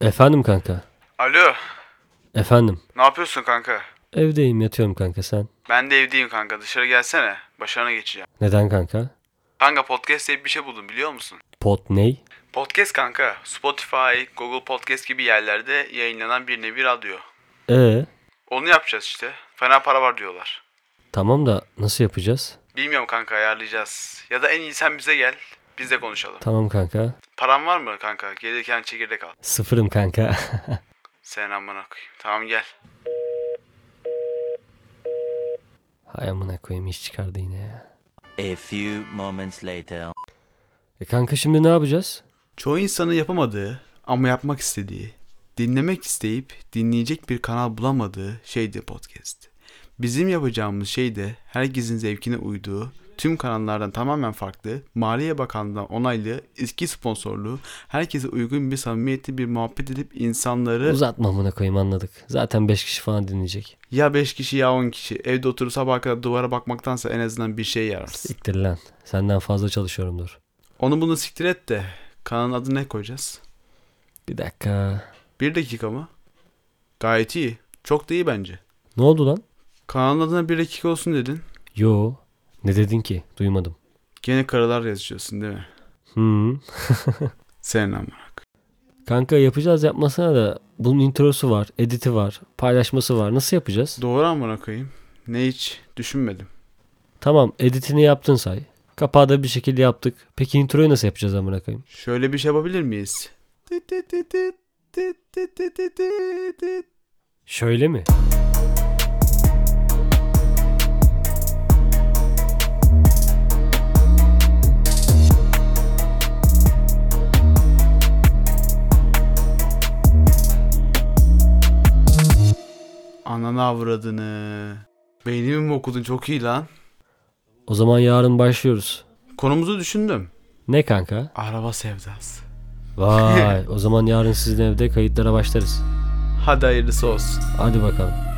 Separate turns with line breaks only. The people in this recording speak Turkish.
Efendim kanka.
Alo,
Efendim.
ne yapıyorsun kanka?
Evdeyim yatıyorum kanka sen.
Ben de evdeyim kanka, dışarı gelsene. Başarına geçeceğim.
Neden kanka?
Kanka podcast diye bir şey buldum biliyor musun?
Pot ney?
Podcast kanka, Spotify, Google Podcast gibi yerlerde yayınlanan bir nevi radyo.
Ee,
Onu yapacağız işte. Fena para var diyorlar.
tamam da nasıl yapacağız?
Bilmiyorum kanka ayarlayacağız. Ya da en iyi sen bize gel, biz de konuşalım.
Tamam kanka.
Paran var mı kanka? Gelirken çekirdek al.
Sıfırım kanka.
Sen amına koyayım. Tamam gel.
Hay amına koyayım iş çıkardı yine ya.
A few moments later.
E kanka şimdi ne yapacağız?
Çoğu insanın yapamadığı ama yapmak istediği, dinlemek isteyip dinleyecek bir kanal bulamadığı şeydi podcast. Bizim yapacağımız şey de herkesin zevkine uyduğu, tüm kanallardan tamamen farklı, Maliye Bakanlığı'ndan onaylı, eski sponsorlu, herkese uygun bir samimiyetli bir muhabbet edip insanları
Uzatma amına koyayım anladık. Zaten 5 kişi falan dinleyecek.
ya 5 kişi ya 10 kişi evde oturup sabaha kadar duvara bakmaktansa en azından bir şey yararsın.
Siktir lan. Senden fazla çalışıyorumdur.
Onu bunu siktir et de kanalın adını ne koyacağız?
Bir dakika.
Bir dakika mı? Gayet iyi. Çok da iyi bence.
Ne oldu lan?
Kanalın adına bir dakika olsun dedin.
Yo. Ne dedin ki? Duymadım.
Gene karılar yazıyorsun değil mi?
Hmm.
Senin amına.
Kanka yapacağız yapmasına da bunun introsu var, editi var, paylaşması var. Nasıl yapacağız?
Doğru amına koyayım. Ne hiç düşünmedim.
Tamam editini yaptın say. Kapağı da bir şekilde yaptık. Peki introyu nasıl yapacağız amına koyayım?
Şöyle bir şey yapabilir miyiz?
Şöyle mi?
Ananı avradını. Beynimi mi okudun çok iyi lan.
O zaman yarın başlıyoruz.
Konumuzu düşündüm.
Ne kanka?
Araba sevdası.
Vay o zaman yarın sizin evde kayıtlara başlarız.
Hadi hayırlısı olsun.
Hadi bakalım.